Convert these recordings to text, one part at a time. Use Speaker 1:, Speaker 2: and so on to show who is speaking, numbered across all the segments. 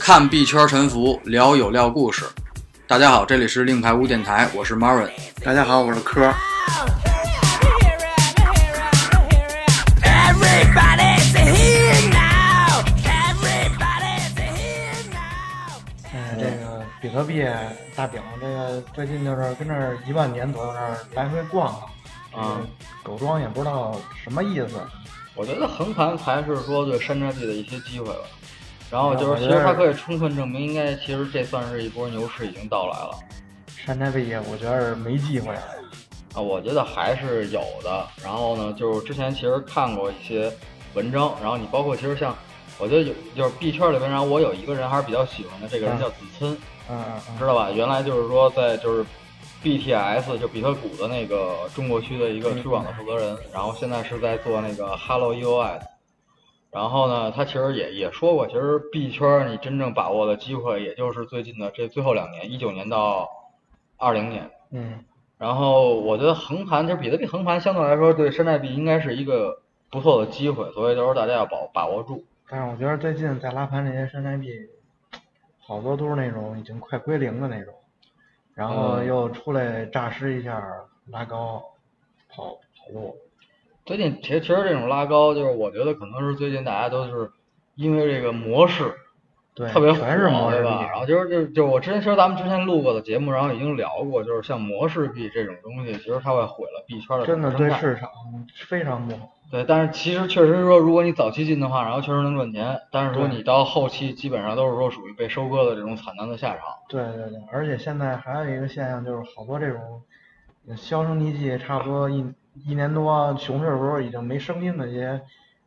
Speaker 1: 看币圈沉浮，聊有料故事。大家好，这里是令牌屋电台，我是 Marvin。
Speaker 2: 大家好，我是柯。
Speaker 3: Everybody's here now. Everybody's here now.
Speaker 4: 嗯，这个比特币大饼，这个最近就是跟这儿一万年左右那儿来回逛啊，
Speaker 5: 嗯，
Speaker 4: 狗庄也不知道什么意思。
Speaker 5: 我觉得横盘才是说对山寨币的一些机会吧。然后就是，其实它可以充分证明，应该其实这算是一波牛市已经到来了
Speaker 4: 山寨币我觉得没机会了，
Speaker 5: 啊，我觉得还是有的。然后呢，就是之前其实看过一些文章，然后你包括其实像，我觉得有就是币圈里边，然后我有一个人还是比较喜欢的，这个人
Speaker 4: 嗯
Speaker 5: 叫子琛，
Speaker 4: 嗯嗯嗯，
Speaker 5: 知道吧？原来就是说在就是 BTS 就比特谷的那个中国区的一个推广的负责人，然后现在是在做那个 Hello EOS。然后呢，他其实也也说过，其实币圈儿你真正把握的机会，也就是最近的这最后两年，一九年到二零年。
Speaker 4: 嗯，
Speaker 5: 然后我觉得横盘，就是比特币横盘相对来说对山寨币应该是一个不错的机会，所以就是大家要把把握住。
Speaker 4: 但是我觉得最近在拉盘这些山寨币，好多都是那种已经快归零的那种，然后
Speaker 5: 嗯
Speaker 4: 又出来诈尸一下拉高，跑跑路。
Speaker 5: 最近其实其实这种拉高，就是我觉得可能是最近大家都是因为这个模式
Speaker 4: 对，
Speaker 5: 特别火，
Speaker 4: 全是模式
Speaker 5: 对
Speaker 4: 币。
Speaker 5: 吧？然后就是就是就是我之前其实咱们之前录过的节目，然后已经聊过，就是像模式币这种东西，其实它会毁了币圈的
Speaker 4: 真的
Speaker 5: 生
Speaker 4: 对
Speaker 5: 态
Speaker 4: 市场非常不好。
Speaker 5: 对，但是其实确实说，如果你早期进的话，然后确实能赚钱，但是说
Speaker 4: 对
Speaker 5: 你到后期基本上都是说属于被收割的这种惨淡的下场。
Speaker 4: 对对对，而且现在还有一个现象就是，好多这种呃销声匿迹，差不多一一年多熊市的时候已经没声音的这些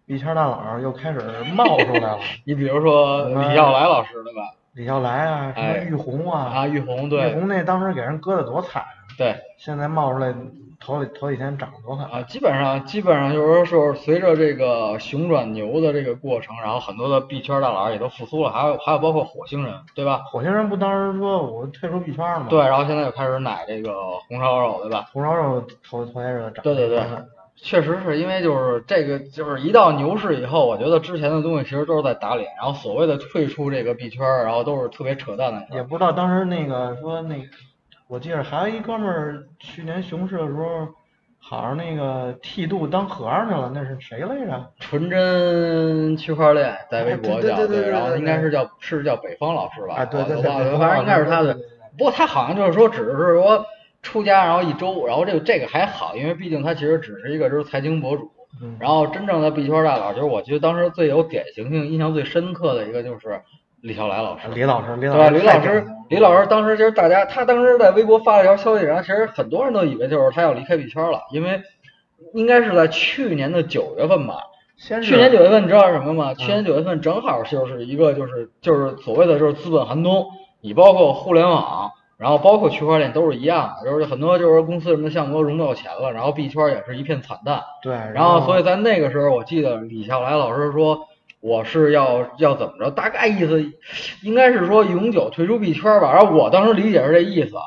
Speaker 4: 币圈大佬儿又开始冒出来了，
Speaker 5: 你比如说
Speaker 4: 什么
Speaker 5: 李笑来老师，对吧？
Speaker 4: 李笑来啊，什么
Speaker 5: 哎
Speaker 4: 玉红啊，
Speaker 5: 啊，玉红，
Speaker 4: 玉
Speaker 5: 对
Speaker 4: 红那当时给人割的多惨，啊
Speaker 5: 对
Speaker 4: 现在冒出来头里头几天涨得多狠，
Speaker 5: 啊，基本上基本上就是说，是随着这个熊转牛的这个过程，然后很多的币圈大佬也都复苏了，还有还有包括火星人，对吧？
Speaker 4: 火星人不当时说我退出币圈了吗？
Speaker 5: 对，，然后现在又开始奶这个红烧肉，对吧？
Speaker 4: 红烧肉头头些日子涨
Speaker 5: 对对
Speaker 4: 得
Speaker 5: 对
Speaker 4: 挺狠的，
Speaker 5: 确实是因为就是这个，就是一到牛市以后，我觉得之前的东西其实都是在打脸，然后所谓的退出这个币圈儿，然后都是特别扯淡的事
Speaker 4: 也
Speaker 5: 儿。
Speaker 4: 不知道当时那个说那个，我记得还有一哥们儿去年熊市的时候，好像那个剃度当和尚去了，那是谁来着？
Speaker 5: 纯真区块链在微博
Speaker 4: 啊
Speaker 5: 叫，
Speaker 4: 对对对对对
Speaker 5: 然后
Speaker 4: 对
Speaker 5: 应该
Speaker 4: 对
Speaker 5: 是叫是叫北方老师吧？
Speaker 4: 啊对对
Speaker 5: 我
Speaker 4: 对
Speaker 5: 忘
Speaker 4: 北
Speaker 5: 了，
Speaker 4: 方
Speaker 5: 反
Speaker 4: 老
Speaker 5: 正应该
Speaker 4: 师
Speaker 5: 是他
Speaker 4: 对
Speaker 5: 的
Speaker 4: 对对对。
Speaker 5: 不过他好像就是说只是说出家，然后一周，然后这个这个还好，因为毕竟他其实只是一个就是财经博主。
Speaker 4: 嗯
Speaker 5: 然后真正的币圈大佬，就是我觉得当时最有典型性、印象最深刻的一个就是李笑来老师。
Speaker 4: 李老师，李
Speaker 5: 对吧？
Speaker 4: 老师
Speaker 5: 李
Speaker 4: 太
Speaker 5: 老
Speaker 4: 屌
Speaker 5: 师
Speaker 4: 了，
Speaker 5: 李老师当时其实大家，他当时在微博发了一条消息，然后其实很多人都以为就是他要离开币圈了，因为应该是在去年的九月份吧。
Speaker 4: 先是
Speaker 5: 去年九月份你知道什么吗？去年九月份正好就是一个就是就是所谓的就是资本寒冬，你包括互联网，然后包括区块链都是一样的，就是很多就是公司什么的项目都融不到钱了，然后币圈也是一片惨淡。
Speaker 4: 对，
Speaker 5: 然后所以在那个时候，我记得李笑来老师说我是要要怎么着，大概意思应该是说永久退出币圈吧。然后我当时理解是这意思啊，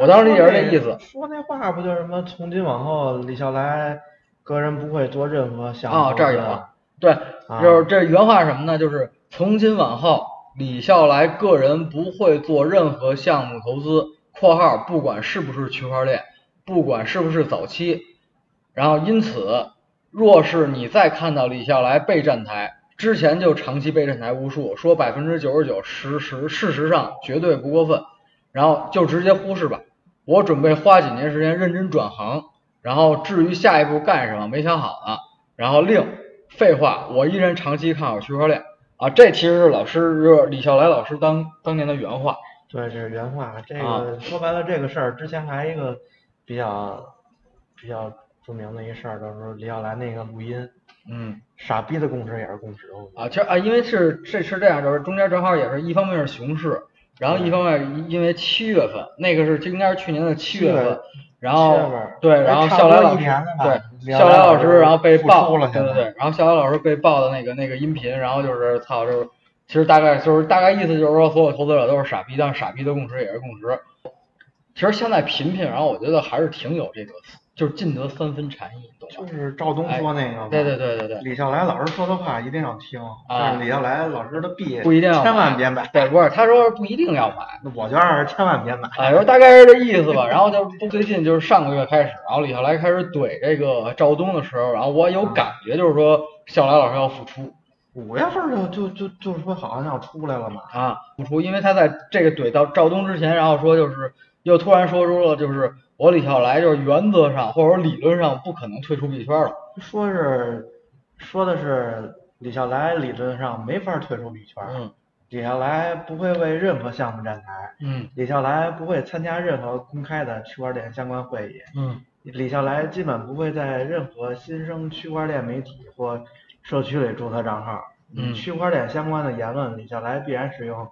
Speaker 5: 我当时理解是这意思
Speaker 4: 说那话不就是什么从今往后李笑来个人不会做任何项目
Speaker 5: 啊，
Speaker 4: 投
Speaker 5: 这儿
Speaker 4: 资
Speaker 5: 有，对，
Speaker 4: 啊
Speaker 5: 就是这原话是什么呢？就是从今往后，李笑来个人不会做任何项目投资（括号不管是不是区块链，不管是不是早期）。然后因此，若是你再看到李笑来被站台，之前就长期被站台无数，说百分之九十九，实时事实上绝对不过分，然后就直接忽视吧。我准备花几年时间认真转行，然后至于下一步干什么没想好呢。然后另，废话，我依然长期看好区块链啊，这其实是老师就是李笑来老师当当年的原话。
Speaker 4: 对，这是原话。这
Speaker 5: 啊
Speaker 4: 个说白了，这个事儿之前还有一个比较比较著名的一事儿，就是李笑来那个录音，
Speaker 5: 嗯，
Speaker 4: 傻逼的共识也是共识，我觉得
Speaker 5: 啊，其实啊，因为是这是这样，就是中间正好也是一方面是熊市，然后
Speaker 4: 嗯
Speaker 5: 一方面因为七月份那个是这应该是去年的七月
Speaker 4: 七
Speaker 5: 份
Speaker 4: 月，
Speaker 5: 然后
Speaker 4: 七月份哎
Speaker 5: 对，然后
Speaker 4: 差
Speaker 5: 笑
Speaker 4: 不
Speaker 5: 来
Speaker 4: 多
Speaker 5: 老
Speaker 4: 一
Speaker 5: 师
Speaker 4: 年了吧
Speaker 5: 对
Speaker 4: 聊
Speaker 5: 笑来
Speaker 4: 聊
Speaker 5: 老
Speaker 4: 就
Speaker 5: 师，然后被
Speaker 4: 复
Speaker 5: 爆
Speaker 4: 出了
Speaker 5: 对
Speaker 4: 现
Speaker 5: 对
Speaker 4: 在
Speaker 5: 对，然后笑来老师被爆的那个那个音频，然后就是操就是。其实大概就是大概意思就是说，所有投资者都是傻逼，但是傻逼的共识也是共识。其实现在频频，然后我觉得还是挺有这个，就是尽得三分禅意，懂
Speaker 4: 就
Speaker 5: 吗？
Speaker 4: 是赵东说那个嘛、
Speaker 5: 哎对对对对对，
Speaker 4: 李笑来老师说的话一定要听，但是李笑来老师的币
Speaker 5: 不一定要买啊
Speaker 4: 千万别买。
Speaker 5: 对，不是他说不一定要买，
Speaker 4: 我觉得是千万别买。
Speaker 5: 啊，就大概是这意思吧。然后就最近就是上个月开始，然后李笑来开始怼这个赵东的时候，然后我有感觉就是说笑来老师要复出
Speaker 4: 五月份就就就就是说好像要出来了嘛，
Speaker 5: 啊，复出，因为他在这个怼到赵东之前，然后说就是又突然说出了就是我李笑来就是原则上或者说理论上不可能退出币圈了。
Speaker 4: 说是说的是李笑来理论上没法退出币圈，
Speaker 5: 嗯
Speaker 4: 李笑来不会为任何项目站台，
Speaker 5: 嗯
Speaker 4: 李笑来不会参加任何公开的区块链相关会议，
Speaker 5: 嗯
Speaker 4: 李笑来基本不会在任何新生区块链媒体或社区里注册账号。
Speaker 5: 嗯
Speaker 4: 区块链相关的言论，李笑来必然使用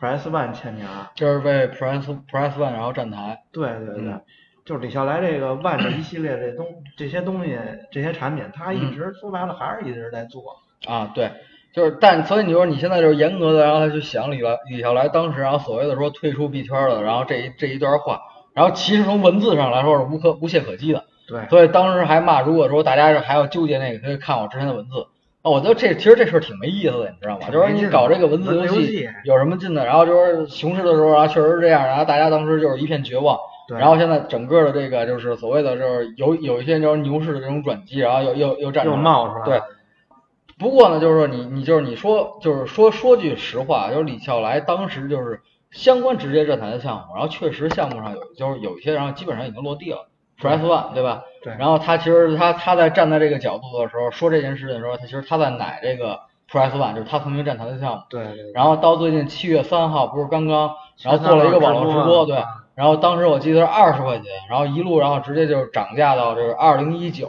Speaker 4: Press One 签名。
Speaker 5: 这是为 Press Press One 然后站台。
Speaker 4: 对对对，
Speaker 5: 嗯
Speaker 4: 就是李笑来这个万的一系列这东这些东西这些产品，他
Speaker 5: 嗯
Speaker 4: 一直、说白了还是一直在做。
Speaker 5: 啊，对，就是但所以你说你现在就是严格的让他去想李来李笑来当时然后所谓的说退出币圈了，然后这一这一段话，然后其实从文字上来说是无可无懈可击的，
Speaker 4: 对，
Speaker 5: 所以当时还骂，如果说大家是还要纠结那个，可以看我之前的文字。啊，我觉得这其实这事儿挺没意思的，你知道吗？就是你搞这个文字游
Speaker 4: 文字游戏
Speaker 5: 戏有什么劲的？然后就是熊市的时候，然啊后确实是这样，然后大家当时就是一片绝望。
Speaker 4: 对
Speaker 5: 然后现在整个的这个就是所谓的就是有有一些就是牛市的这种转机，然后又又又站出
Speaker 4: 又冒出来了
Speaker 5: 对，不过呢，就是说你你就是你说就是说说句实话，就是李笑来当时就是相关直接站台的项目，然后确实项目上有就是有一些，然后基本上已经落地了，Press One 对吧？
Speaker 4: 对
Speaker 5: 然后他其实他他在站在这个角度的时候说这件事情的时候，他其实他在奶这个 Press One，就是他曾经站台的项目。
Speaker 4: 对对对
Speaker 5: 然后到最近七月三号不是刚刚，然后做了一个网络直
Speaker 4: 13
Speaker 5: 播，
Speaker 4: 号
Speaker 5: 嗯
Speaker 4: 直播
Speaker 5: 对
Speaker 4: 啊，
Speaker 5: 然后当时我记得是二十块钱，然后一路然后直接就涨价到这个二零一九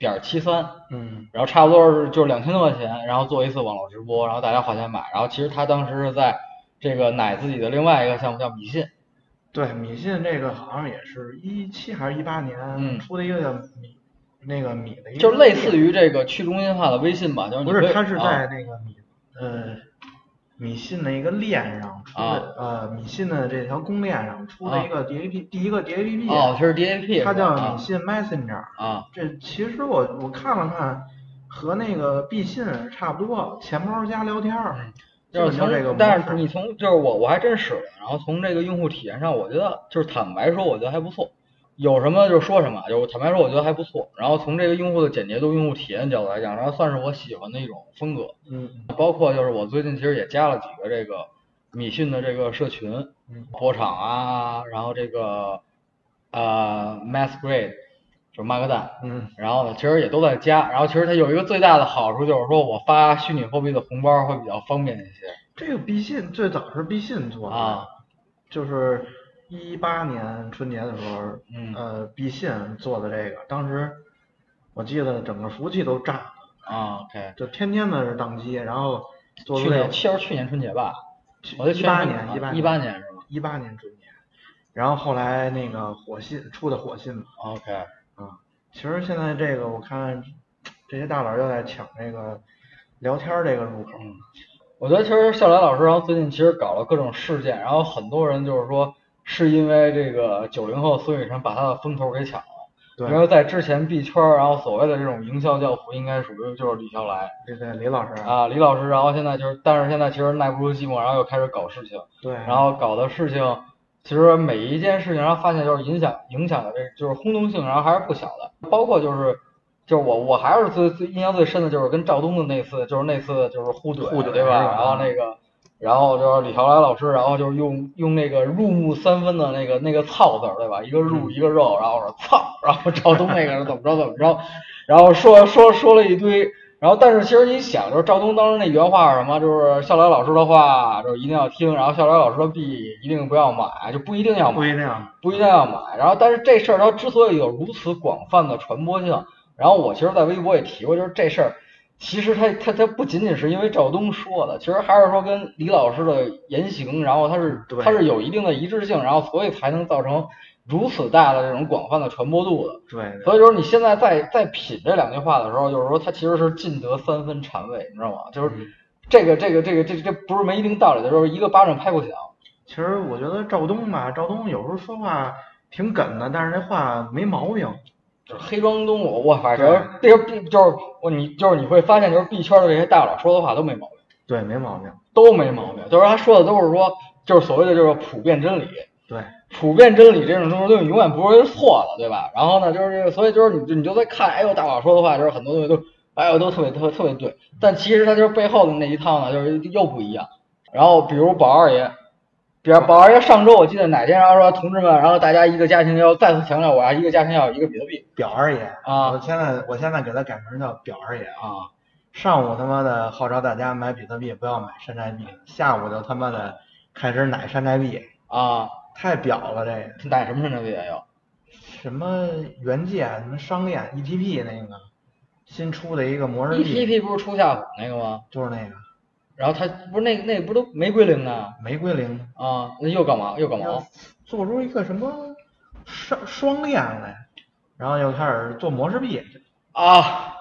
Speaker 5: 点七三，
Speaker 4: 嗯，
Speaker 5: 然后差不多是就是两千多块钱，然后做一次网络直播，然后大家花钱买，然后其实他当时是在这个奶自己的另外一个项目叫米信，
Speaker 4: 对，米信这个好像也是一七还是一八
Speaker 5: 嗯
Speaker 4: 年出的一个叫米、那个米的一个，
Speaker 5: 就是类似于这个去中心化的微信吧，就是你
Speaker 4: 不
Speaker 5: 可以
Speaker 4: 是，它是在
Speaker 5: 啊
Speaker 4: 那个米、呃米信的一个链上出的，
Speaker 5: 啊
Speaker 4: 呃米信的这条公链上出的一个 DAP、第一个 DAP，、
Speaker 5: 哦，它是 DAP，
Speaker 4: 它叫
Speaker 5: 是吧
Speaker 4: 米信 Messenger、
Speaker 5: 啊
Speaker 4: 这其实我我看了看，和那个必信差不多，钱包加聊天儿，嗯基
Speaker 5: 嗯就是
Speaker 4: 本就
Speaker 5: 从
Speaker 4: 这个，模
Speaker 5: 但是你
Speaker 4: 式。
Speaker 5: 从就是我我还真使了，然后从这个用户体验上，我觉得就是坦白说，我觉得还不错。有什么就说什么，就坦白说，我觉得还不错。然后从这个用户的简洁度、用户体验角度来讲，然后算是我喜欢的一种风格。
Speaker 4: 嗯，
Speaker 5: 包括就是我最近其实也加了几个这个米讯的这个社群
Speaker 4: 嗯，
Speaker 5: 波场啊，然后这个呃 Mass Grade 就是麦克蛋，
Speaker 4: 嗯，
Speaker 5: 然后呢，其实也都在加。然后其实它有一个最大的好处就是说我发虚拟货币的红包会比较方便一些
Speaker 4: 这个必信最早是必信做的，
Speaker 5: 啊。
Speaker 4: 就是一八年春节的时候，
Speaker 5: 嗯
Speaker 4: 呃，必信做的这个，当时我记得整个服务器都炸了，
Speaker 5: 啊，OK，
Speaker 4: 就天天的是宕机，然后做
Speaker 5: 去
Speaker 4: 出来
Speaker 5: 年其实去年春节吧，我
Speaker 4: 一
Speaker 5: 就
Speaker 4: 八年，
Speaker 5: 一
Speaker 4: 一
Speaker 5: 八年是吗
Speaker 4: 一八年春节，然后后来那个火信出的火信嘛。
Speaker 5: ？OK，
Speaker 4: 啊，其实现在这个我看这些大佬又在抢这个聊天儿这个入口，
Speaker 5: 嗯我觉得其实笑来老师，然后最近其实搞了各种事件，然后很多人就是说是因为这个九零后孙雨晨把他的风头给抢了。
Speaker 4: 对，
Speaker 5: 因为在之前币圈，然后所谓的这种营销教父，应该属于就是李笑来
Speaker 4: 对对，李老师，
Speaker 5: 啊，李老师，然后现在就是，但是现在其实耐不住寂寞，然后又开始搞事情，
Speaker 4: 对，
Speaker 5: 然后搞的事情，其实每一件事情，然后发现就是影响影响的这就是轰动性，然后还是不小的。包括就是就是我我还是最最印象最深的就是跟赵东的那次，就是那次就是互怼，
Speaker 4: 互怼
Speaker 5: 对吧？
Speaker 4: 是吧
Speaker 5: 然后那个。然后就是李笑来老师，然后就是用用那个入木三分的那个那个“操”字儿，对吧？一个入
Speaker 4: 嗯
Speaker 5: 一个肉，然后我说“操”，然后赵东那个人怎么着怎么着，然后说说说了一堆，然后但是其实你想，就是赵东当时那原话是什么？就是笑来老师的话，就是一定要听，然后笑来老师的币一定不要买，就不一定要买，
Speaker 4: 不一定啊，
Speaker 5: 不一定要买。然后，但是这事儿它之所以有如此广泛的传播性，然后我其实，在微博也提过，就是这事儿，其实它它它不仅仅是因为赵东说的，其实还是说跟李老师的言行，然后它是
Speaker 4: 对
Speaker 5: 它是有一定的一致性，然后所以才能造成如此大的这种广泛的传播度的。
Speaker 4: 对对
Speaker 5: 所以就是你现在在在品这两句话的时候，就是说它其实是尽得三分禅味，你知道吗？就是
Speaker 4: 嗯
Speaker 5: 这个这个这个这这不是没一定道理的，就是一个巴掌拍不响。
Speaker 4: 其实我觉得赵东吧，赵东有时候说话挺梗的，但是这话没毛病，
Speaker 5: 就是黑庄东我我反正这个币就是我你就是你会发现就是币圈的这些大佬说的话都没毛病，
Speaker 4: 对，没毛病，
Speaker 5: 都没毛病，就是他说的都是说就是所谓的就是普遍真理，
Speaker 4: 对，
Speaker 5: 普遍真理这种东西永远不会是错的，对吧？然后呢，就是所以就是你就你就在看，哎呦，大佬说的话就是很多东西都，哎呦，都特别特特别对，但其实他就是背后的那一套呢，就是又不一样。然后比如宝二爷，比如宝二爷上周我记得哪天然后说同志们，然后大家一个家庭要再次强调，我要一个家庭要有一个比特币
Speaker 4: 表二爷
Speaker 5: 啊
Speaker 4: 我现在我现在给他改名叫表二爷啊。
Speaker 5: 啊，
Speaker 4: 上午他妈的号召大家买比特币，不要买山寨币，下午就他妈的开始奶山寨币，
Speaker 5: 啊，
Speaker 4: 太表了这个。
Speaker 5: 奶什么山寨币啊也有
Speaker 4: 什么原界、什么商链、ETP 那个新出的一个模式币，
Speaker 5: ，ETP 不是出夏虎那个吗？
Speaker 4: 就是那个
Speaker 5: 然后他不是那那不都没归零呢？
Speaker 4: 玫瑰零，
Speaker 5: 啊，那又干嘛又干嘛？
Speaker 4: 做出一个什么双双链来，然后又开始做模式币，
Speaker 5: 啊，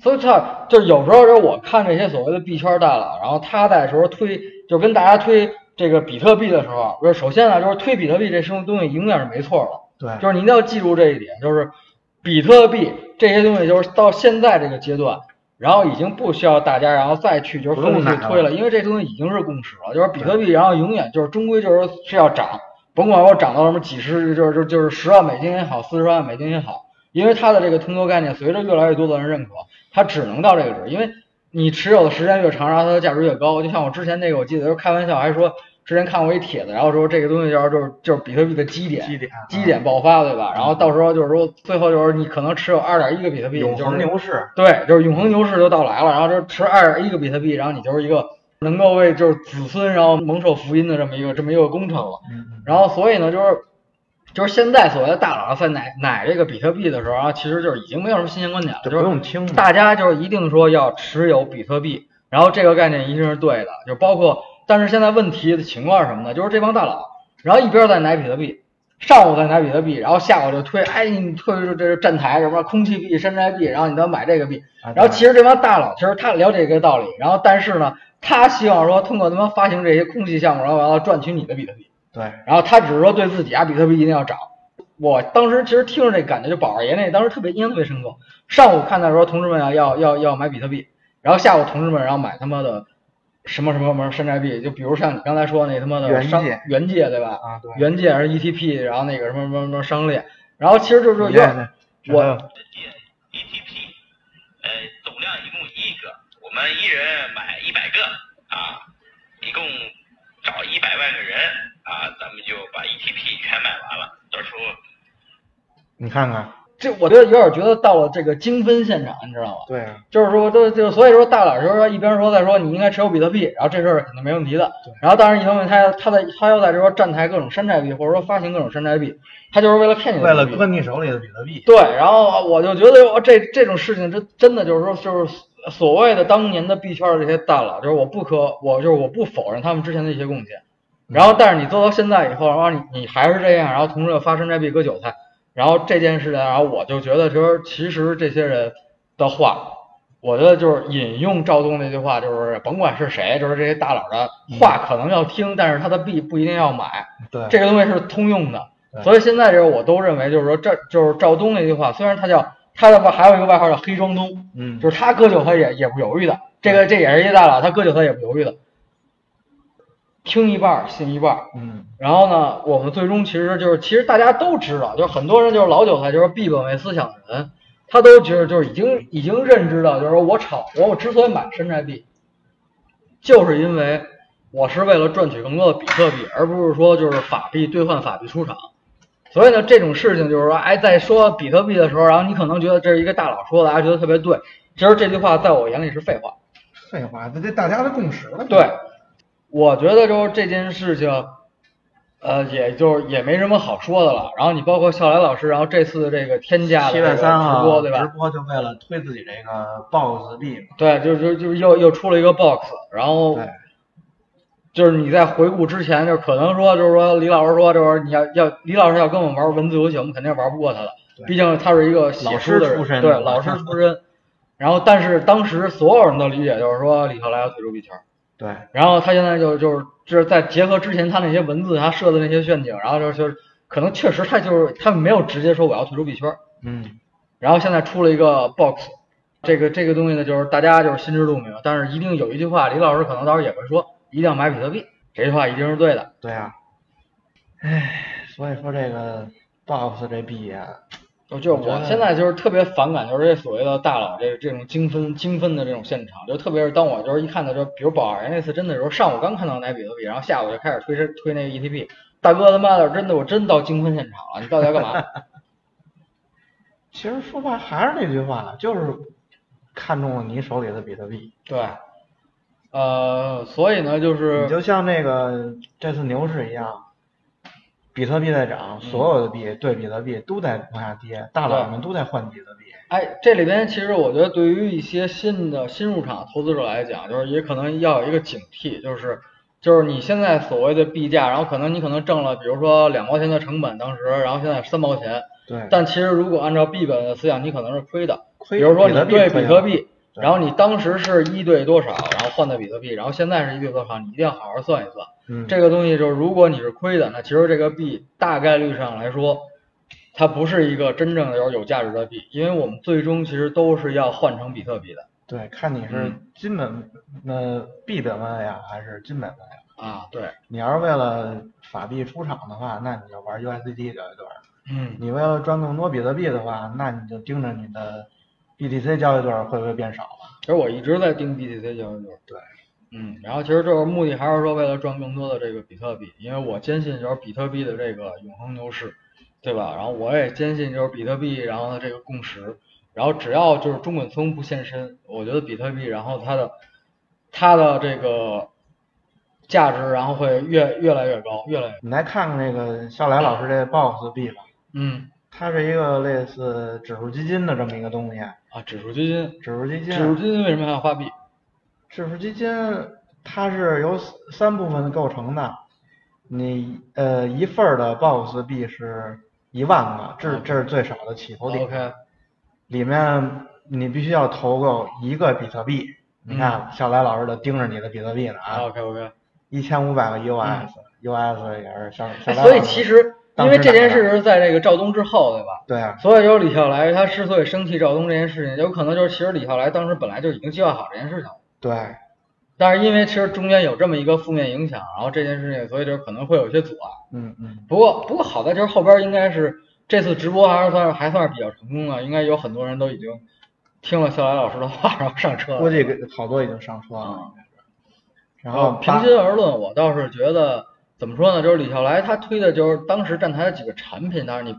Speaker 5: 所以他就是有时候就是我看这些所谓的币圈大佬，然后他在时候推，就是跟大家推这个比特币的时候，就是首先呢，就是推比特币这东东西永远是没错的，
Speaker 4: 对，
Speaker 5: 就是你一定要记住这一点，就是比特币这些东西就是到现在这个阶段。然后已经不需要大家，然后再去就是
Speaker 4: 不
Speaker 5: 奋
Speaker 4: 用
Speaker 5: 力去
Speaker 4: 买了
Speaker 5: 推了，因为这东西已经是共识了，就是比特币，然后永远就是终归就是是要涨，甭管我涨到什么几十，就是就是就是十万美金也好，四十万美金也好，因为它的这个通缩概念随着越来越多的人认可，它只能到这个值，因为你持有的时间越长，然后它的价值越高。就像我之前那个，我记得就是开玩笑还说，之前看过一帖子，然后说这个东西就是就是就是比特币的基点，
Speaker 4: 基点
Speaker 5: 基点爆发，对吧？然后到时候就是说最后就是你可能持有二点一个比特币，
Speaker 4: 永
Speaker 5: 就是
Speaker 4: 恒牛市，
Speaker 5: 对，就是永恒牛市就到来了，然后就是持二一个比特币，然后你就是一个能够为就是子孙然后蒙受福音的这么一个这么一个工程了。
Speaker 4: 嗯嗯，
Speaker 5: 然后所以呢，就是就是现在所谓的大佬在奶奶这个比特币的时候啊，其实就是已经没有什么新鲜观点了，
Speaker 4: 就
Speaker 5: 就
Speaker 4: 不
Speaker 5: 是
Speaker 4: 用听了，
Speaker 5: 大家就是一定说要持有比特币，然后这个概念一定是对的，就包括但是现在问题的情况是什么呢？就是这帮大佬，然后一边在奶比特币。上午在奶比特币，然后下午就推，哎，你推这这站台什么空气币、山寨币，然后你再买这个币，
Speaker 4: 啊
Speaker 5: 然后其实这帮大佬其实他了解这个道理，然后但是呢，他希望说通过他妈发行这些空气项目，然后完了赚取你的比特币，
Speaker 4: 对，
Speaker 5: 然后他只是说对自己啊，比特币一定要涨。我当时其实听着这感觉，就宝二爷那当时特别印象特别深刻。上午看到说同志们啊，要要要买比特币，然后下午同志们然后买他妈的什么什么什么山寨币，就比如像你刚才说那他妈的
Speaker 4: 原
Speaker 5: 商
Speaker 4: 界
Speaker 5: 原界对吧？
Speaker 4: 啊对
Speaker 5: 原界还是 ETP，然后那个什么什么什么商链，然后其实就是有
Speaker 4: 你这这
Speaker 5: 我
Speaker 2: ETP，呃，总量一共一亿个，我们一人买一百个啊，一共找一百万个人啊，咱们就把 ETP 全买完了，到时候
Speaker 4: 你看看，
Speaker 5: 这我觉得有点觉得到了这个精分现场，你知道吗？
Speaker 4: 对啊，
Speaker 5: 就是说都就是所以说大佬就是说一边说在说你应该持有比特币，然后这事儿肯定没问题的。然后当然一方面他他在他又在这说站台各种山寨币，或者说发行各种山寨币，他就是为了骗你的
Speaker 4: 为了
Speaker 5: 比特币
Speaker 4: 割你手里的比特币，
Speaker 5: 对，然后我就觉得我这这种事情真真的就是说就是所谓的当年的币圈的这些大佬，就是我不可我就是我不否认他们之前的一些贡献，然后但是你做到现在以后，然后你你还是这样，然后同时又发山寨币割韭菜，然后这件事情，然后我就觉得就是其实这些人的话，我觉得就是引用赵东那句话，就是甭管是谁，就是这些大佬的话可能要听，但是他的币不一定要买。
Speaker 4: 对，
Speaker 5: 这个东西是通用的，
Speaker 4: 对
Speaker 5: 所以现在这个我都认为就是说这就是赵东那句话，虽然他叫他的还有一个外号叫黑庄东，
Speaker 4: 嗯，
Speaker 5: 就是他割韭菜也也不犹豫的，这个这也是一大佬，他割韭菜也不犹豫的，听一半儿信一半儿。
Speaker 4: 嗯，
Speaker 5: 然后呢，我们最终其实就是，其实大家都知道，就是很多人就是老韭菜，就是币本位思想的人，他都觉得就是已经已经认知到，就是说我炒我我之所以买山寨币，就是因为我是为了赚取更多的比特币，而不是说就是法币兑换法币出场。所以呢，这种事情就是说，哎，在说比特币的时候，然后你可能觉得这是一个大佬说的，哎，觉得特别对。其实这句话在我眼里是废话。
Speaker 4: 废话，这这大家的共识了，
Speaker 5: 对，我觉得就是这件事情，呃，也就是也没什么好说的了。然后你包括笑来老师，然后这次的这个天价的
Speaker 4: 七
Speaker 5: 这个
Speaker 4: 月三
Speaker 5: 直播，
Speaker 4: 号
Speaker 5: 对
Speaker 4: 直
Speaker 5: 吧？
Speaker 4: 播就为了推自己这个 BOSS 币，
Speaker 5: 对，就就就又又出了一个 box，然后
Speaker 4: 对，
Speaker 5: 就是你在回顾之前，就是可能说就是说李老师说就是你要要李老师要跟我们玩文字游戏，我们肯定玩不过他的，
Speaker 4: 对
Speaker 5: 毕竟他是一个写书的人，
Speaker 4: 老师出身
Speaker 5: 对老师出身。然后，但是当时所有人的理解就是说李笑来要退出币圈，
Speaker 4: 对，
Speaker 5: 然后他现在就就是就是在结合之前他那些文字他设的那些陷阱，然后就是就是可能确实他就是他没有直接说我要退出币圈，
Speaker 4: 嗯，
Speaker 5: 然后现在出了一个 box，这个这个东西呢，就是大家就是心知肚明，但是一定有一句话，李老师可能到时候也会说，一定要买比特币，这句话一定是对的。
Speaker 4: 对啊，唉，所以说这个 box 这币啊，
Speaker 5: 我哦就是我现在就是特别反感，就是这所谓的大佬这这种精分精分的这种现场，就特别是当我就是一看到就比如保二那次真的时候，上午刚看到奶比特币，然后下午就开始推这推那个 ETP，大哥他妈的真的我真到精分现场了，你到底要干嘛？
Speaker 4: 其实说白还是那句话，就是看中了你手里的比特币。
Speaker 5: 对，呃，所以呢就是
Speaker 4: 你就像那个这次牛市一样，比特币在涨，所有的
Speaker 5: 嗯
Speaker 4: 币对比特币都在往下跌，大佬们都在换比特币。
Speaker 5: 哎，这里边其实我觉得对于一些新的新入场投资者来讲，就是也可能要有一个警惕，就是就是你现在所谓的币价，然后可能你可能挣了，比如说两毛钱的成本，当时，然后现在三毛钱，
Speaker 4: 对，
Speaker 5: 但其实如果按照币本的思想，你可能是亏的。
Speaker 4: 亏
Speaker 5: 比如说你
Speaker 4: 比特币
Speaker 5: 对
Speaker 4: 亏
Speaker 5: 比
Speaker 4: 啊
Speaker 5: 特币，
Speaker 4: 对
Speaker 5: 然后你当时是一对多少，然后换的比特币，然后现在是一对多少，你一定要好好算一算。
Speaker 4: 嗯
Speaker 5: 这个东西就是，如果你是亏的，那其实这个币大概率上来说，它不是一个真正的就是有价值的币，因为我们最终其实都是要换成比特币的
Speaker 4: 对，看你是
Speaker 1: 嗯
Speaker 4: 金本呃币本位啊，还是金本位啊？
Speaker 5: 啊。对，
Speaker 4: 你要是为了法币出场的话，那你就玩 USDT 这一段儿；
Speaker 5: 嗯，
Speaker 4: 你为了赚更多比特币的话，那你就盯着你的 BTC 交易对儿会不会变少啊了？
Speaker 5: 其实我一直在盯 BTC 交易所。
Speaker 4: 对，
Speaker 5: 嗯，然后其实就是目的还是说为了赚更多的这个比特币，因为我坚信就是比特币的这个永恒牛市，对吧？然后我也坚信就是比特币，然后它这个共识，然后只要就是中本聪不现身，我觉得比特币，然后它的它的这个价值，然后会越越来越高，越来越
Speaker 4: 你来看看这个笑来老师这 BOSS 币吧，
Speaker 5: 嗯
Speaker 4: 它是一个类似指数基金的这么一个东西。
Speaker 5: 啊，指数基金，
Speaker 4: 指数基金，
Speaker 5: 指数基金为什么还要发币？
Speaker 4: 指数基金它是由三部分构成的，你呃一份儿的 BOSS 币是一万个，这是这是最少的起头啊
Speaker 5: 嗯
Speaker 4: 点。
Speaker 5: OK
Speaker 4: 里面你必须要投够一个比特币。你看，小来老师都盯着你的比特币呢啊，
Speaker 5: 嗯 OK OK。
Speaker 4: 一千五百个 US，US 也是小小
Speaker 5: 嗯哎
Speaker 4: 来老师。
Speaker 5: 所以其实因
Speaker 4: 当
Speaker 5: 为
Speaker 4: 时
Speaker 5: 这件
Speaker 4: 打的
Speaker 5: 事是在这个赵东之后，对吧？
Speaker 4: 对啊，
Speaker 5: 所以就是李笑来他之所以生气赵东这件事情，有可能就是其实李笑来当时本来就已经计划好这件事情了，
Speaker 4: 对，
Speaker 5: 但是因为其实中间有这么一个负面影响，然后这件事情，所以就是可能会有一些阻碍。
Speaker 4: 嗯嗯，
Speaker 5: 不过不过好在就是后边应该是这次直播还是算是还算是比较成功的，应该有很多人都已经听了笑来老师的话，然后上车了。
Speaker 4: 估计给好多已经上车了。
Speaker 5: 啊，
Speaker 4: 然后
Speaker 5: 哦平
Speaker 4: 八
Speaker 5: 心而论，我倒是觉得怎么说呢，就是李笑来他推的就是当时站台的几个产品，但是你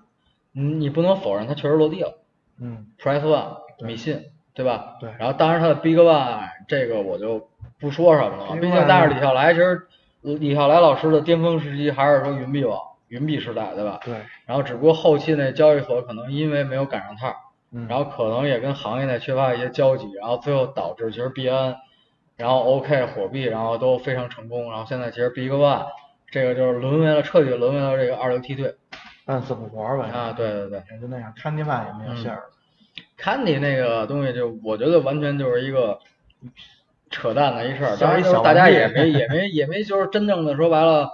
Speaker 5: 你你不能否认他确实落地了。
Speaker 4: 嗯
Speaker 5: Price One、
Speaker 4: 对
Speaker 5: 米信，对吧？
Speaker 4: 对
Speaker 5: 然后当然它的 Big One 这个我就不说什么了，
Speaker 4: Big
Speaker 5: 毕竟但是
Speaker 4: One
Speaker 5: 李笑来其实李笑来老师的巅峰时期还是说云币网、云币时代，对吧？
Speaker 4: 对，
Speaker 5: 然后只不过后期那交易所可能因为没有赶上趟儿，
Speaker 4: 嗯
Speaker 5: 然后可能也跟行业内缺乏一些交集，然后最后导致其实币安，然后 OK 火币，然后都非常成功，然后现在其实 Big One 这个就是沦为了彻底沦为了这个二流梯队
Speaker 4: 半死不活吧。
Speaker 5: 啊，嗯对对对。
Speaker 4: 也就那样，看地板也没有信儿。
Speaker 5: Candy 那个东西就我觉得完全就是一个扯淡的一事儿，
Speaker 4: 小
Speaker 5: 当然就是
Speaker 4: 小
Speaker 5: 大
Speaker 4: 玩
Speaker 5: 家
Speaker 4: 具
Speaker 5: 也没也没也没就是真正的说白了，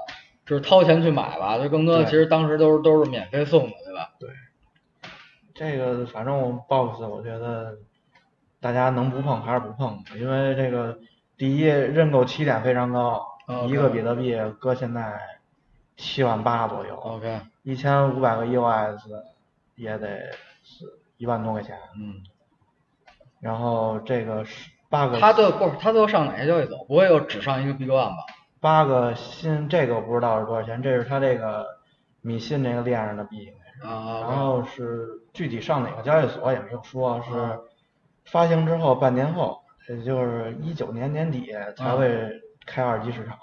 Speaker 5: 就是掏钱去买吧，就更多的
Speaker 4: 对
Speaker 5: 其实当时都是都是免费送的，对吧？
Speaker 4: 这个反正 box 我觉得大家能不碰还是不碰，因为这个第一认购起点非常高，
Speaker 5: OK
Speaker 4: 一个比特币搁现在七万八左右，
Speaker 5: OK，
Speaker 4: 一千五百个 EOS 也得是一万多块钱，
Speaker 5: 嗯，
Speaker 4: 然后这个是八个
Speaker 5: 他最后不是他最后上哪些交易所？不会又只上一个 Big One 吧？
Speaker 4: 八个新这个我不知道是多少钱，这是他这个米信这个链上的币应该是。
Speaker 5: 啊
Speaker 4: 然
Speaker 5: ，OK，
Speaker 4: 后是具体上哪个交易所也没有说，是发行之后半年后，也就是一九年年底才会开二级市场。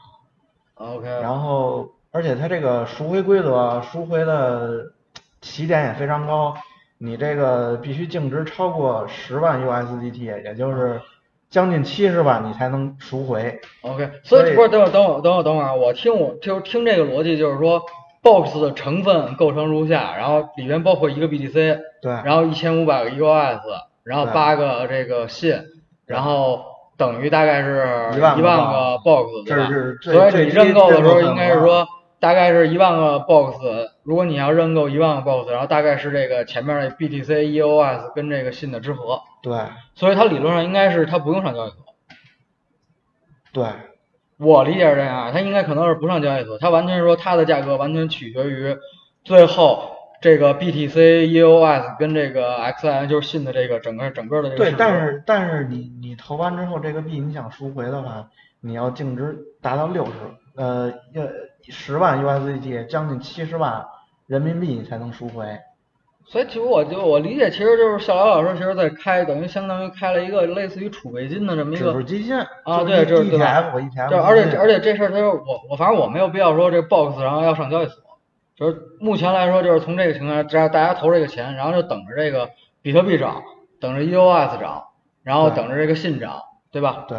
Speaker 5: OK，
Speaker 4: 然后，而且它这个赎回规则，赎回的起点也非常高，你这个必须净值超过十万 USDT，也就是将近七十万，你才能赎回。
Speaker 5: OK，所
Speaker 4: 所
Speaker 5: 以
Speaker 4: 以
Speaker 5: 不是等会儿等会儿等会儿等会儿啊，我听我就是听这个逻辑，就是说 box 的成分构成如下，然后里面包括一个 BTC，
Speaker 4: 对
Speaker 5: 然后一千五百个 EOS，然后
Speaker 4: 对
Speaker 5: 八个这个信，然后等于大概是
Speaker 4: 一万
Speaker 5: 一
Speaker 4: 个
Speaker 5: 万个 box，
Speaker 4: 这
Speaker 5: 对吧？
Speaker 4: 是最
Speaker 5: 所以
Speaker 4: 最
Speaker 5: 你
Speaker 4: 低
Speaker 5: 认购的
Speaker 4: 认
Speaker 5: 时
Speaker 4: 购
Speaker 5: 候
Speaker 4: 份
Speaker 5: 应该是
Speaker 4: 额
Speaker 5: 说大概是一万个 box，如果你要认购一万个 box，然后大概是这个前面的 BTC、EOS E 跟这个信的之和，
Speaker 4: 对
Speaker 5: 所以它理论上应该是它不用上交易所。
Speaker 4: 对
Speaker 5: 我理解是这样啊，它应该可能是不上交易所，它完全是说它的价格完全取决于最后这个 BTC、EOS E 跟这个 XIN 就是信的这个整个整个的这个
Speaker 4: 对，
Speaker 5: 市值
Speaker 4: 但是但是你你投完之后，这个币你想赎回的话，你要净值达到六十，呃，要十万 USDT，将近七十万人民币你才能赎回。
Speaker 5: 所以其实我就我理解，其实就是笑聊老师其实在开，等于相当于开了一个类似于储备金的这么一
Speaker 4: 指
Speaker 5: 个
Speaker 4: 数基金
Speaker 5: 啊，
Speaker 4: 就
Speaker 5: 对，
Speaker 4: 是，E
Speaker 5: 这是对吧
Speaker 4: ETF ETF，
Speaker 5: 对，而
Speaker 4: 基
Speaker 5: 且
Speaker 4: 金
Speaker 5: 而且这事儿，他说我我反正我没有必要说这 box 然后要上交易所，就是目前来说就是从这个情况下，只要大家投这个钱，然后就等着这个比特币涨，等着 EOS 涨，然后
Speaker 4: 对
Speaker 5: 等着这个信涨，对吧？
Speaker 4: 对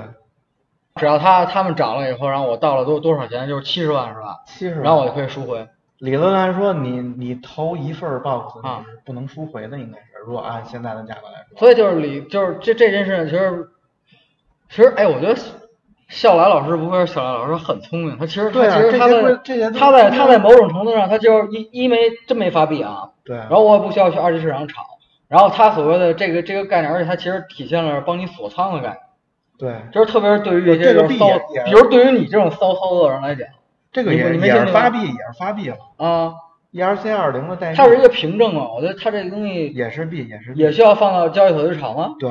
Speaker 5: 只要它它们涨了以后，然后我到了多多少钱，就是七十万是吧？
Speaker 4: 七十，
Speaker 5: 然后我就可以赎回。
Speaker 4: 理论来说，你你投一份儿 box
Speaker 5: 啊
Speaker 4: 你是不能赎回的，应该是，如果按现在的价格来说。
Speaker 5: 所以就是理，就是这这件事情，其实，其实哎，我觉得笑来老师不愧是笑来老师，很聪明。他其实他
Speaker 4: 对啊
Speaker 5: 其实他
Speaker 4: 这些不是
Speaker 5: 在
Speaker 4: 这些都是
Speaker 5: 他在
Speaker 4: 聪明
Speaker 5: 他在某种程度上，他就是一一没真没发币啊，
Speaker 4: 对，然
Speaker 5: 然后我也不需要去二级市场炒，然后他所谓的这个这个概念，而且他其实体现了帮你锁仓的概念，
Speaker 4: 对
Speaker 5: 就是特别是对于一
Speaker 4: 对这
Speaker 5: 些
Speaker 4: 个
Speaker 5: 就是
Speaker 4: 币
Speaker 5: 骚
Speaker 4: 也也，
Speaker 5: 比如对于你这种骚操作人来讲
Speaker 4: 这个
Speaker 5: 你不
Speaker 4: 也
Speaker 5: 你没
Speaker 4: 也
Speaker 5: 见
Speaker 4: 是
Speaker 5: 过
Speaker 4: 发币，也是发币了
Speaker 5: 啊，
Speaker 4: ，ERC 二零的代币
Speaker 5: 它是一个凭证嘛，我觉得它这个东西
Speaker 4: 也是币，也是币
Speaker 5: 也需要放到交易所去炒吗？
Speaker 4: 对。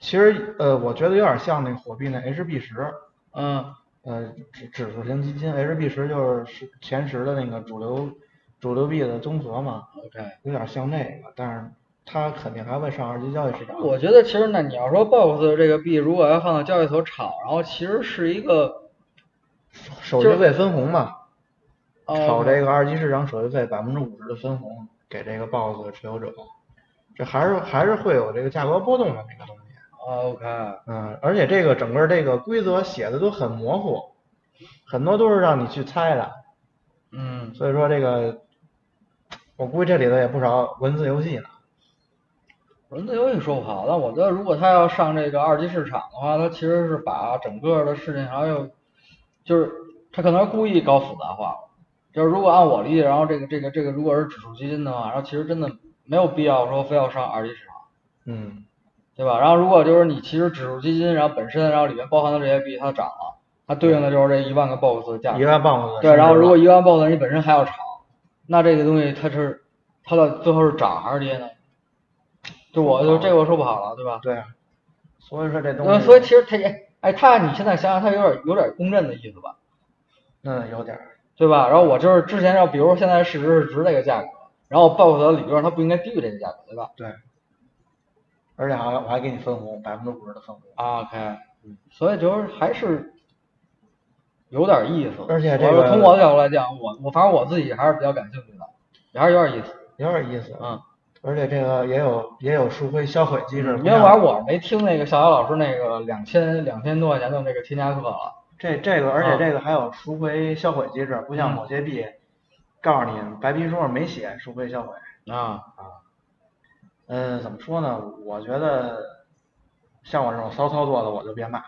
Speaker 4: 其实呃，我觉得有点像那个火币那 HB 十，
Speaker 5: 嗯，
Speaker 4: 呃，指指数型基金 HB 十就是十前十的那个主流主流币的综合嘛，
Speaker 5: OK
Speaker 4: 有点像那个，但是它肯定还会上二级交易市场。
Speaker 5: 我觉得其实呢，你要说 BOX 这个币如果要放到交易所炒，然后其实是一个
Speaker 4: 手
Speaker 5: 就是
Speaker 4: 续费分红嘛，
Speaker 5: 呃
Speaker 4: 炒这个二级市场手续费百分之五十的分红给这个 BOSS 的持有者，这还是还是会有这个价格波动的这个东西。
Speaker 5: 呃 OK
Speaker 4: 嗯，而且这个整个这个规则写的都很模糊，很多都是让你去猜的，
Speaker 5: 嗯，
Speaker 4: 所以说这个我估计这里头也不少文字游戏呢。
Speaker 5: 文字游戏说不好，但我觉得如果他要上这个二级市场的话，他其实是把整个的事情还有就是他可能是故意搞复杂化，就是如果按我理解，然后这个这个这个如果是指数基金的话，然后其实真的没有必要说非要上二级市场。
Speaker 4: 嗯，
Speaker 5: 对吧？然后如果就是你其实指数基金，然后本身然后里面包含的这些币它涨了，它对应的就是这一万个 box 的价
Speaker 4: 一
Speaker 5: 格。
Speaker 4: 万磅的。
Speaker 5: 对，然后如果一万 box 你本身还要炒，那这个东西它是它的最后是涨还是跌呢？就我就这个我说不好了，对吧？
Speaker 4: 对啊，所以说这东
Speaker 5: 呃，
Speaker 4: 西，
Speaker 5: 所以其实它也，哎，它你现在想想，它有点有点公认的意思吧，
Speaker 4: 嗯有点儿，
Speaker 5: 对吧？然后我就是之前要，比如说现在市值是值这个价格，然后 box 的理论上它不应该低于这个价格，对吧？
Speaker 4: 对，而且还我还给你分红百分之五十的分红。
Speaker 5: 啊 OK，所以就是还是有点意思。
Speaker 4: 而且这
Speaker 5: 我
Speaker 4: 个
Speaker 5: 从我的角度来讲，我我反正我自己还是比较感兴趣的，也还是有点意思。
Speaker 4: 有点意思，
Speaker 5: 嗯，
Speaker 4: 而且这个也有也有赎回销毁机制，
Speaker 5: 因
Speaker 4: 不
Speaker 5: 为
Speaker 4: 像
Speaker 5: 反正我没听那个小姚老师那个两千两千多块钱的那个添加课了。
Speaker 4: 这这个，而
Speaker 5: 啊
Speaker 4: 且这个还有赎回销毁机制，不像
Speaker 5: 嗯
Speaker 4: 某些币，告诉你白皮书上没写赎回销毁。
Speaker 5: 啊，
Speaker 4: 嗯，怎么说呢？我觉得像我这种骚操作的，我就别买了。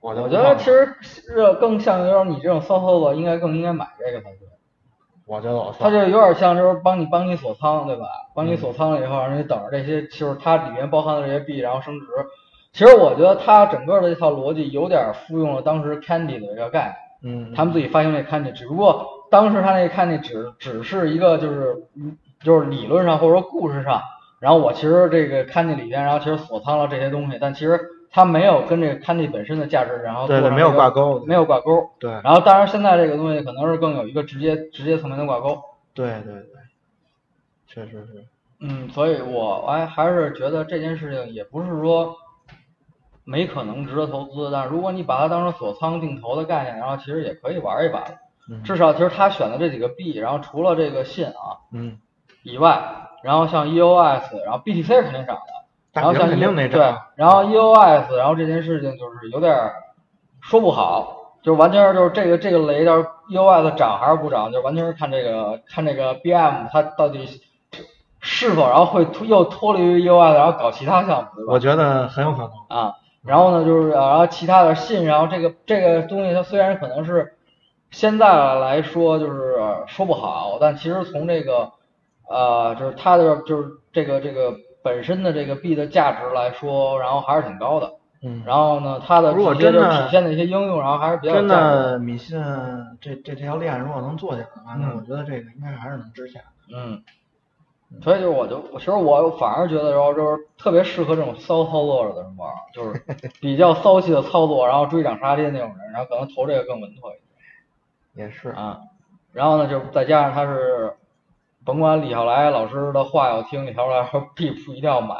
Speaker 4: 我就
Speaker 5: 我
Speaker 4: 不
Speaker 5: 觉
Speaker 4: 碰
Speaker 5: 得
Speaker 4: 了
Speaker 5: 其，实这更像就是你这种骚操作，应该更应该买这个才对。
Speaker 4: 我觉得我
Speaker 5: 它
Speaker 4: 骚
Speaker 5: 就有点像就是帮你帮你锁仓，对吧？帮
Speaker 4: 嗯
Speaker 5: 你锁仓了以后，然后你等着这些就是它里面包含的这些币，然后升值。其实我觉得它整个的这套逻辑有点复用了当时 Candy 的这个概
Speaker 4: 嗯
Speaker 5: 念，，他们自己发行那 Candy，只不过当时他那 Candy 只只是一个就是就是理论上或者说故事上，然后我其实这个 Candy 里边，然后其实锁仓了这些东西，但其实它没有跟这个 Candy 本身的价值，然后
Speaker 4: 对
Speaker 5: 做
Speaker 4: 对，
Speaker 5: 上
Speaker 4: 没有
Speaker 5: 一个
Speaker 4: 挂钩，
Speaker 5: 没有挂钩。
Speaker 4: 对
Speaker 5: 然后当然现在这个东西可能是更有一个直接直接层面的挂钩。
Speaker 4: 对对对，确实是，
Speaker 5: 嗯，所以我还还是觉得这件事情也不是说没可能值得投资，但是如果你把它当成锁仓定投的概念，然后其实也可以玩一把的。
Speaker 4: 嗯
Speaker 5: 至少其实他选的这几个币，然后除了这个信啊
Speaker 4: 嗯，
Speaker 5: 以外，然后像 EOS，然后 BTC 是肯啊定涨的，
Speaker 4: 大
Speaker 5: 然后
Speaker 4: 屏
Speaker 5: 像
Speaker 4: 肯
Speaker 5: E-
Speaker 4: 定得
Speaker 5: 对
Speaker 4: 涨，
Speaker 5: 然后 EOS，然后这件事情就是有点儿说不好，就是完全是就是这个这个雷，到时候 EOS 涨还是不涨，就完全是看这个看这个 BM 它到底是是否然后会脱又脱离于 EOS，然后搞其他项目，对吧？
Speaker 4: 我觉得很有可能。
Speaker 5: 啊，然后呢就是然后其他的信，然后这个这个东西它虽然可能是现在来说就是说不好，但其实从这个呃，就是它的就是这个这个本身的这个币的价值来说，然后还是挺高的。
Speaker 4: 嗯，
Speaker 5: 然后呢，它的
Speaker 4: 如果
Speaker 5: 直接就
Speaker 4: 真的
Speaker 5: 体现的一些应用，然后还是比较有
Speaker 4: 真
Speaker 5: 价值的
Speaker 4: 的米信这这这条链如果能做起来的话，那
Speaker 5: 嗯
Speaker 4: 我觉得这个应该还是能支下。
Speaker 5: 嗯，所以就是我就我其实我反而觉得，然后就是特别适合这种骚操作者的人玩儿，就是比较骚气的操作，然后追涨杀跌那种人，然后可能投这个更稳妥一
Speaker 4: 也是
Speaker 5: 点啊。然后呢，就再加上他是，甭管李笑来老师的话要听，李笑来说必不一定要买，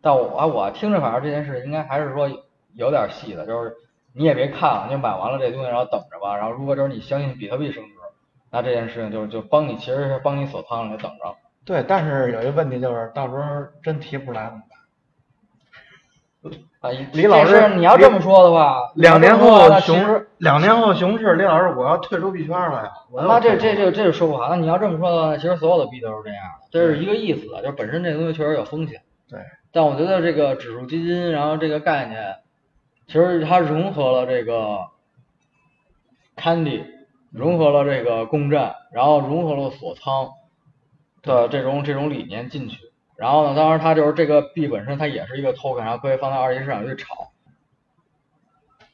Speaker 5: 但我啊我听着反正这件事应该还是说有点戏的，就是你也别看了，你就买完了这东西然后等着吧，然后如果就是你相信比特币升值，那这件事情就是就帮你其实是帮你锁仓了，你就等着了。
Speaker 4: 对，但是有一个问题就是，到时候真提不出来怎么办？
Speaker 5: 啊，
Speaker 4: 李老师
Speaker 5: 这事你要这么说的话，
Speaker 4: 两年
Speaker 5: 你要这么
Speaker 4: 后
Speaker 5: 说
Speaker 4: 熊
Speaker 5: 的话那其实，
Speaker 4: 两年后熊市，李老师，我要退出币圈了呀！我要
Speaker 5: 那这这
Speaker 4: 退出
Speaker 5: 这这就说不好。那你要这么说的话，那其实所有的币都是这样的，这是一个意思，就是本身这东西确实有风险。
Speaker 4: 对，
Speaker 5: 但我觉得这个指数基金，然后这个概念，其实它融合了这个 Candy，融合了这个共振，然后融合了锁仓的这种这种理念进去。然后呢，当然它就是这个币本身它也是一个 token，然后可以放到二级市场去炒。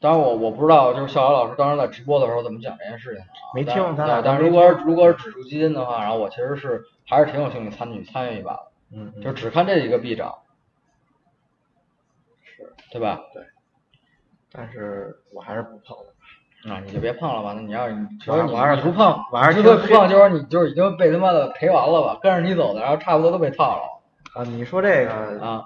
Speaker 5: 当然我我不知道，就是笑瑶老师当时在直播的时候怎么讲这件事情的啊。
Speaker 4: 没
Speaker 5: 但
Speaker 4: 听咱俩
Speaker 5: 但但
Speaker 4: 都没
Speaker 5: 如果是
Speaker 4: 听
Speaker 5: 如果是指数基金的话，然后我其实是还是挺有兴趣参与参与一把的，
Speaker 4: 嗯嗯
Speaker 5: 就只看这一个币涨，是对吧？
Speaker 4: 但是我还是不碰了。
Speaker 5: 啊，你就别碰了吧。那你要是你
Speaker 4: 我还
Speaker 5: 你
Speaker 4: 我还是
Speaker 5: 你不碰，
Speaker 4: 我还是
Speaker 5: 你就
Speaker 4: 听
Speaker 5: 不碰，就是你就是已经被他妈的赔完了吧，跟着你走的，然后差不多都被套了
Speaker 4: 啊，你说这个，
Speaker 5: 啊。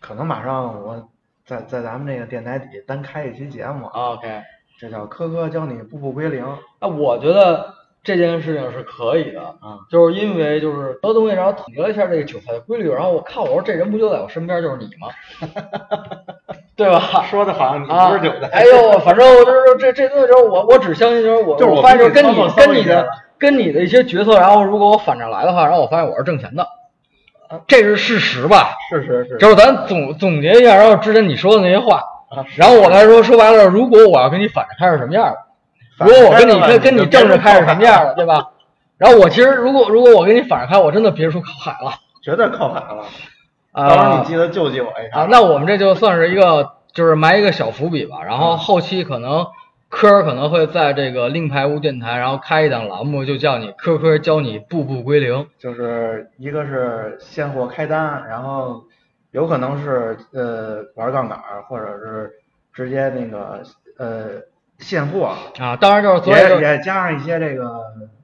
Speaker 4: 可能马上我在在咱们这个电台底单开一期节目，
Speaker 5: 啊 OK，
Speaker 4: 这叫科科教你步步归零。
Speaker 5: 那我觉得这件事情是可以的
Speaker 4: 啊，
Speaker 5: 就是因为就是德东西，然后统计了一下这个韭菜的规律，然后我看我说这人不就在我身边，就是你 吗？ 对吧？
Speaker 4: 说的好 像你
Speaker 5: 啊，
Speaker 4: 不是韭菜，
Speaker 5: 哎呦，反正我就是这这东西，就是我我只相信，就是我
Speaker 4: 就是我
Speaker 5: 我发现就是跟
Speaker 4: 自己
Speaker 5: 你
Speaker 4: 操作
Speaker 5: 跟你
Speaker 4: 一下
Speaker 5: 的
Speaker 4: 吧
Speaker 5: 跟你的一些决策，然后如果我反着来的话，然后我发现我是挣钱的，
Speaker 4: 啊
Speaker 5: 这是事实吧？
Speaker 4: 是是是，
Speaker 5: 就是咱总总结一下，然后之前你说的那些话，
Speaker 4: 啊是
Speaker 5: 然后我来说说白了，如果我要跟你反着开是什么样的？如
Speaker 4: 反
Speaker 5: 果我跟你
Speaker 4: 正吧
Speaker 5: 跟跟
Speaker 4: 就
Speaker 5: 你
Speaker 4: 别
Speaker 5: 正着
Speaker 4: 说
Speaker 5: 开是什
Speaker 4: 靠海
Speaker 5: 么样 的，对吧？然后我其实如果如果我跟你反着开，我真的别出靠海了
Speaker 4: 绝对靠反了。
Speaker 5: 啊！
Speaker 4: 到时候你记得救济我一下。
Speaker 5: 啊，那我们这就算是一个，就是埋一个小伏笔吧。然
Speaker 4: 嗯
Speaker 5: 后后期可能科儿可能会在这个令牌屋电台，然后开一档栏目，就叫你科科教你步步归零。
Speaker 4: 就是一个是现货开单，然后有可能是呃玩杠杆儿，或者是直接那个呃现货，
Speaker 5: 啊，当然就是所以
Speaker 4: 也
Speaker 5: 就嗯
Speaker 4: 也加上一些这个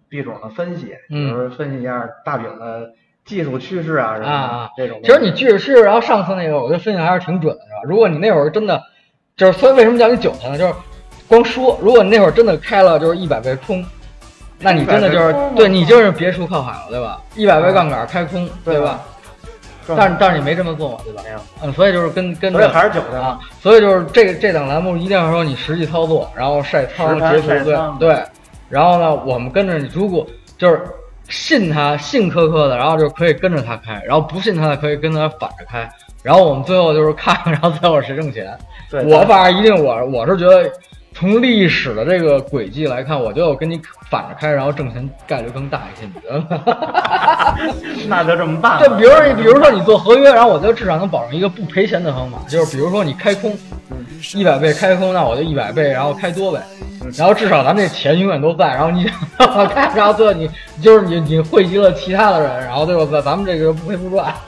Speaker 4: 币种的分析，比如说分析一下大饼的技术趋势啊什么
Speaker 5: 啊啊
Speaker 4: 的这种东西。
Speaker 5: 其实你记着是，然后上次那个我觉得分析还是挺准的，是吧？如果你那会儿真的，就是所以为什么叫你韭菜呢？就是光说，如果你那会儿真的开了就是一百倍空，那你真的就是
Speaker 4: 100倍空嗯
Speaker 5: 对你就是别出靠海了，对吧？一百倍杠杆开空，对
Speaker 4: 对
Speaker 5: 吧
Speaker 4: 吧？赚
Speaker 5: 但是但是你没这么做嘛，对吧？
Speaker 4: 没有，
Speaker 5: 嗯，所以就是跟跟
Speaker 4: 所以
Speaker 5: 着
Speaker 4: 还是韭菜嘛
Speaker 5: 啊，所以就是这个这档栏目一定要说你实际操作，然后晒仓
Speaker 4: 实盘
Speaker 5: 截图
Speaker 4: 晒
Speaker 5: 对
Speaker 4: 仓
Speaker 5: 对，然后呢，我们跟着你，如果就是信他信科科的，然后就可以跟着他开，然后不信他的可以跟他反着开，然后我们最后就是看， 然后最后谁挣钱。
Speaker 4: 对
Speaker 5: 我
Speaker 4: 但
Speaker 5: 反正一定我我是觉得。从历史的这个轨迹来看，我觉得我跟你反着开，然后挣钱概率更大一些，你觉得 呢？
Speaker 4: 那就这么办吧。
Speaker 5: 对，比如说，比如说你做合约，然后我就至少能保证一个不赔钱的方法，就是比如说你开空，一百倍开空，那我就一百倍，然后开多呗，
Speaker 4: 嗯
Speaker 5: 然后至少咱这钱永远都在，然后你开，然后最后你就是你你汇集了其他的人，然后对吧？咱咱们这个不赔不赚，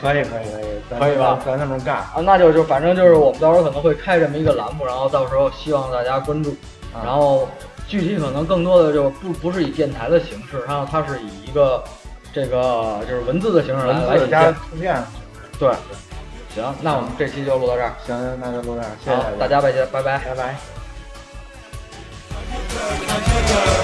Speaker 4: 可以可以可以，咱
Speaker 5: 可以吧
Speaker 4: 咱咱这么干
Speaker 5: 啊，那就就反正就是我们到时候可能会开这么一个栏目，然后到时候希望大家关注，
Speaker 4: 啊
Speaker 5: 然后具体可能更多的就是不不是以电台的形式，然后它是以一个这个就是文字的形式来来
Speaker 4: 文字
Speaker 5: 体
Speaker 4: 加
Speaker 5: 现。
Speaker 4: 图片，
Speaker 5: 对，行，那我们这期就录到这儿，
Speaker 4: 行，那就录这儿，谢
Speaker 5: 好
Speaker 4: 谢，
Speaker 5: 大家再见，拜拜。
Speaker 4: 拜拜。
Speaker 3: Cover,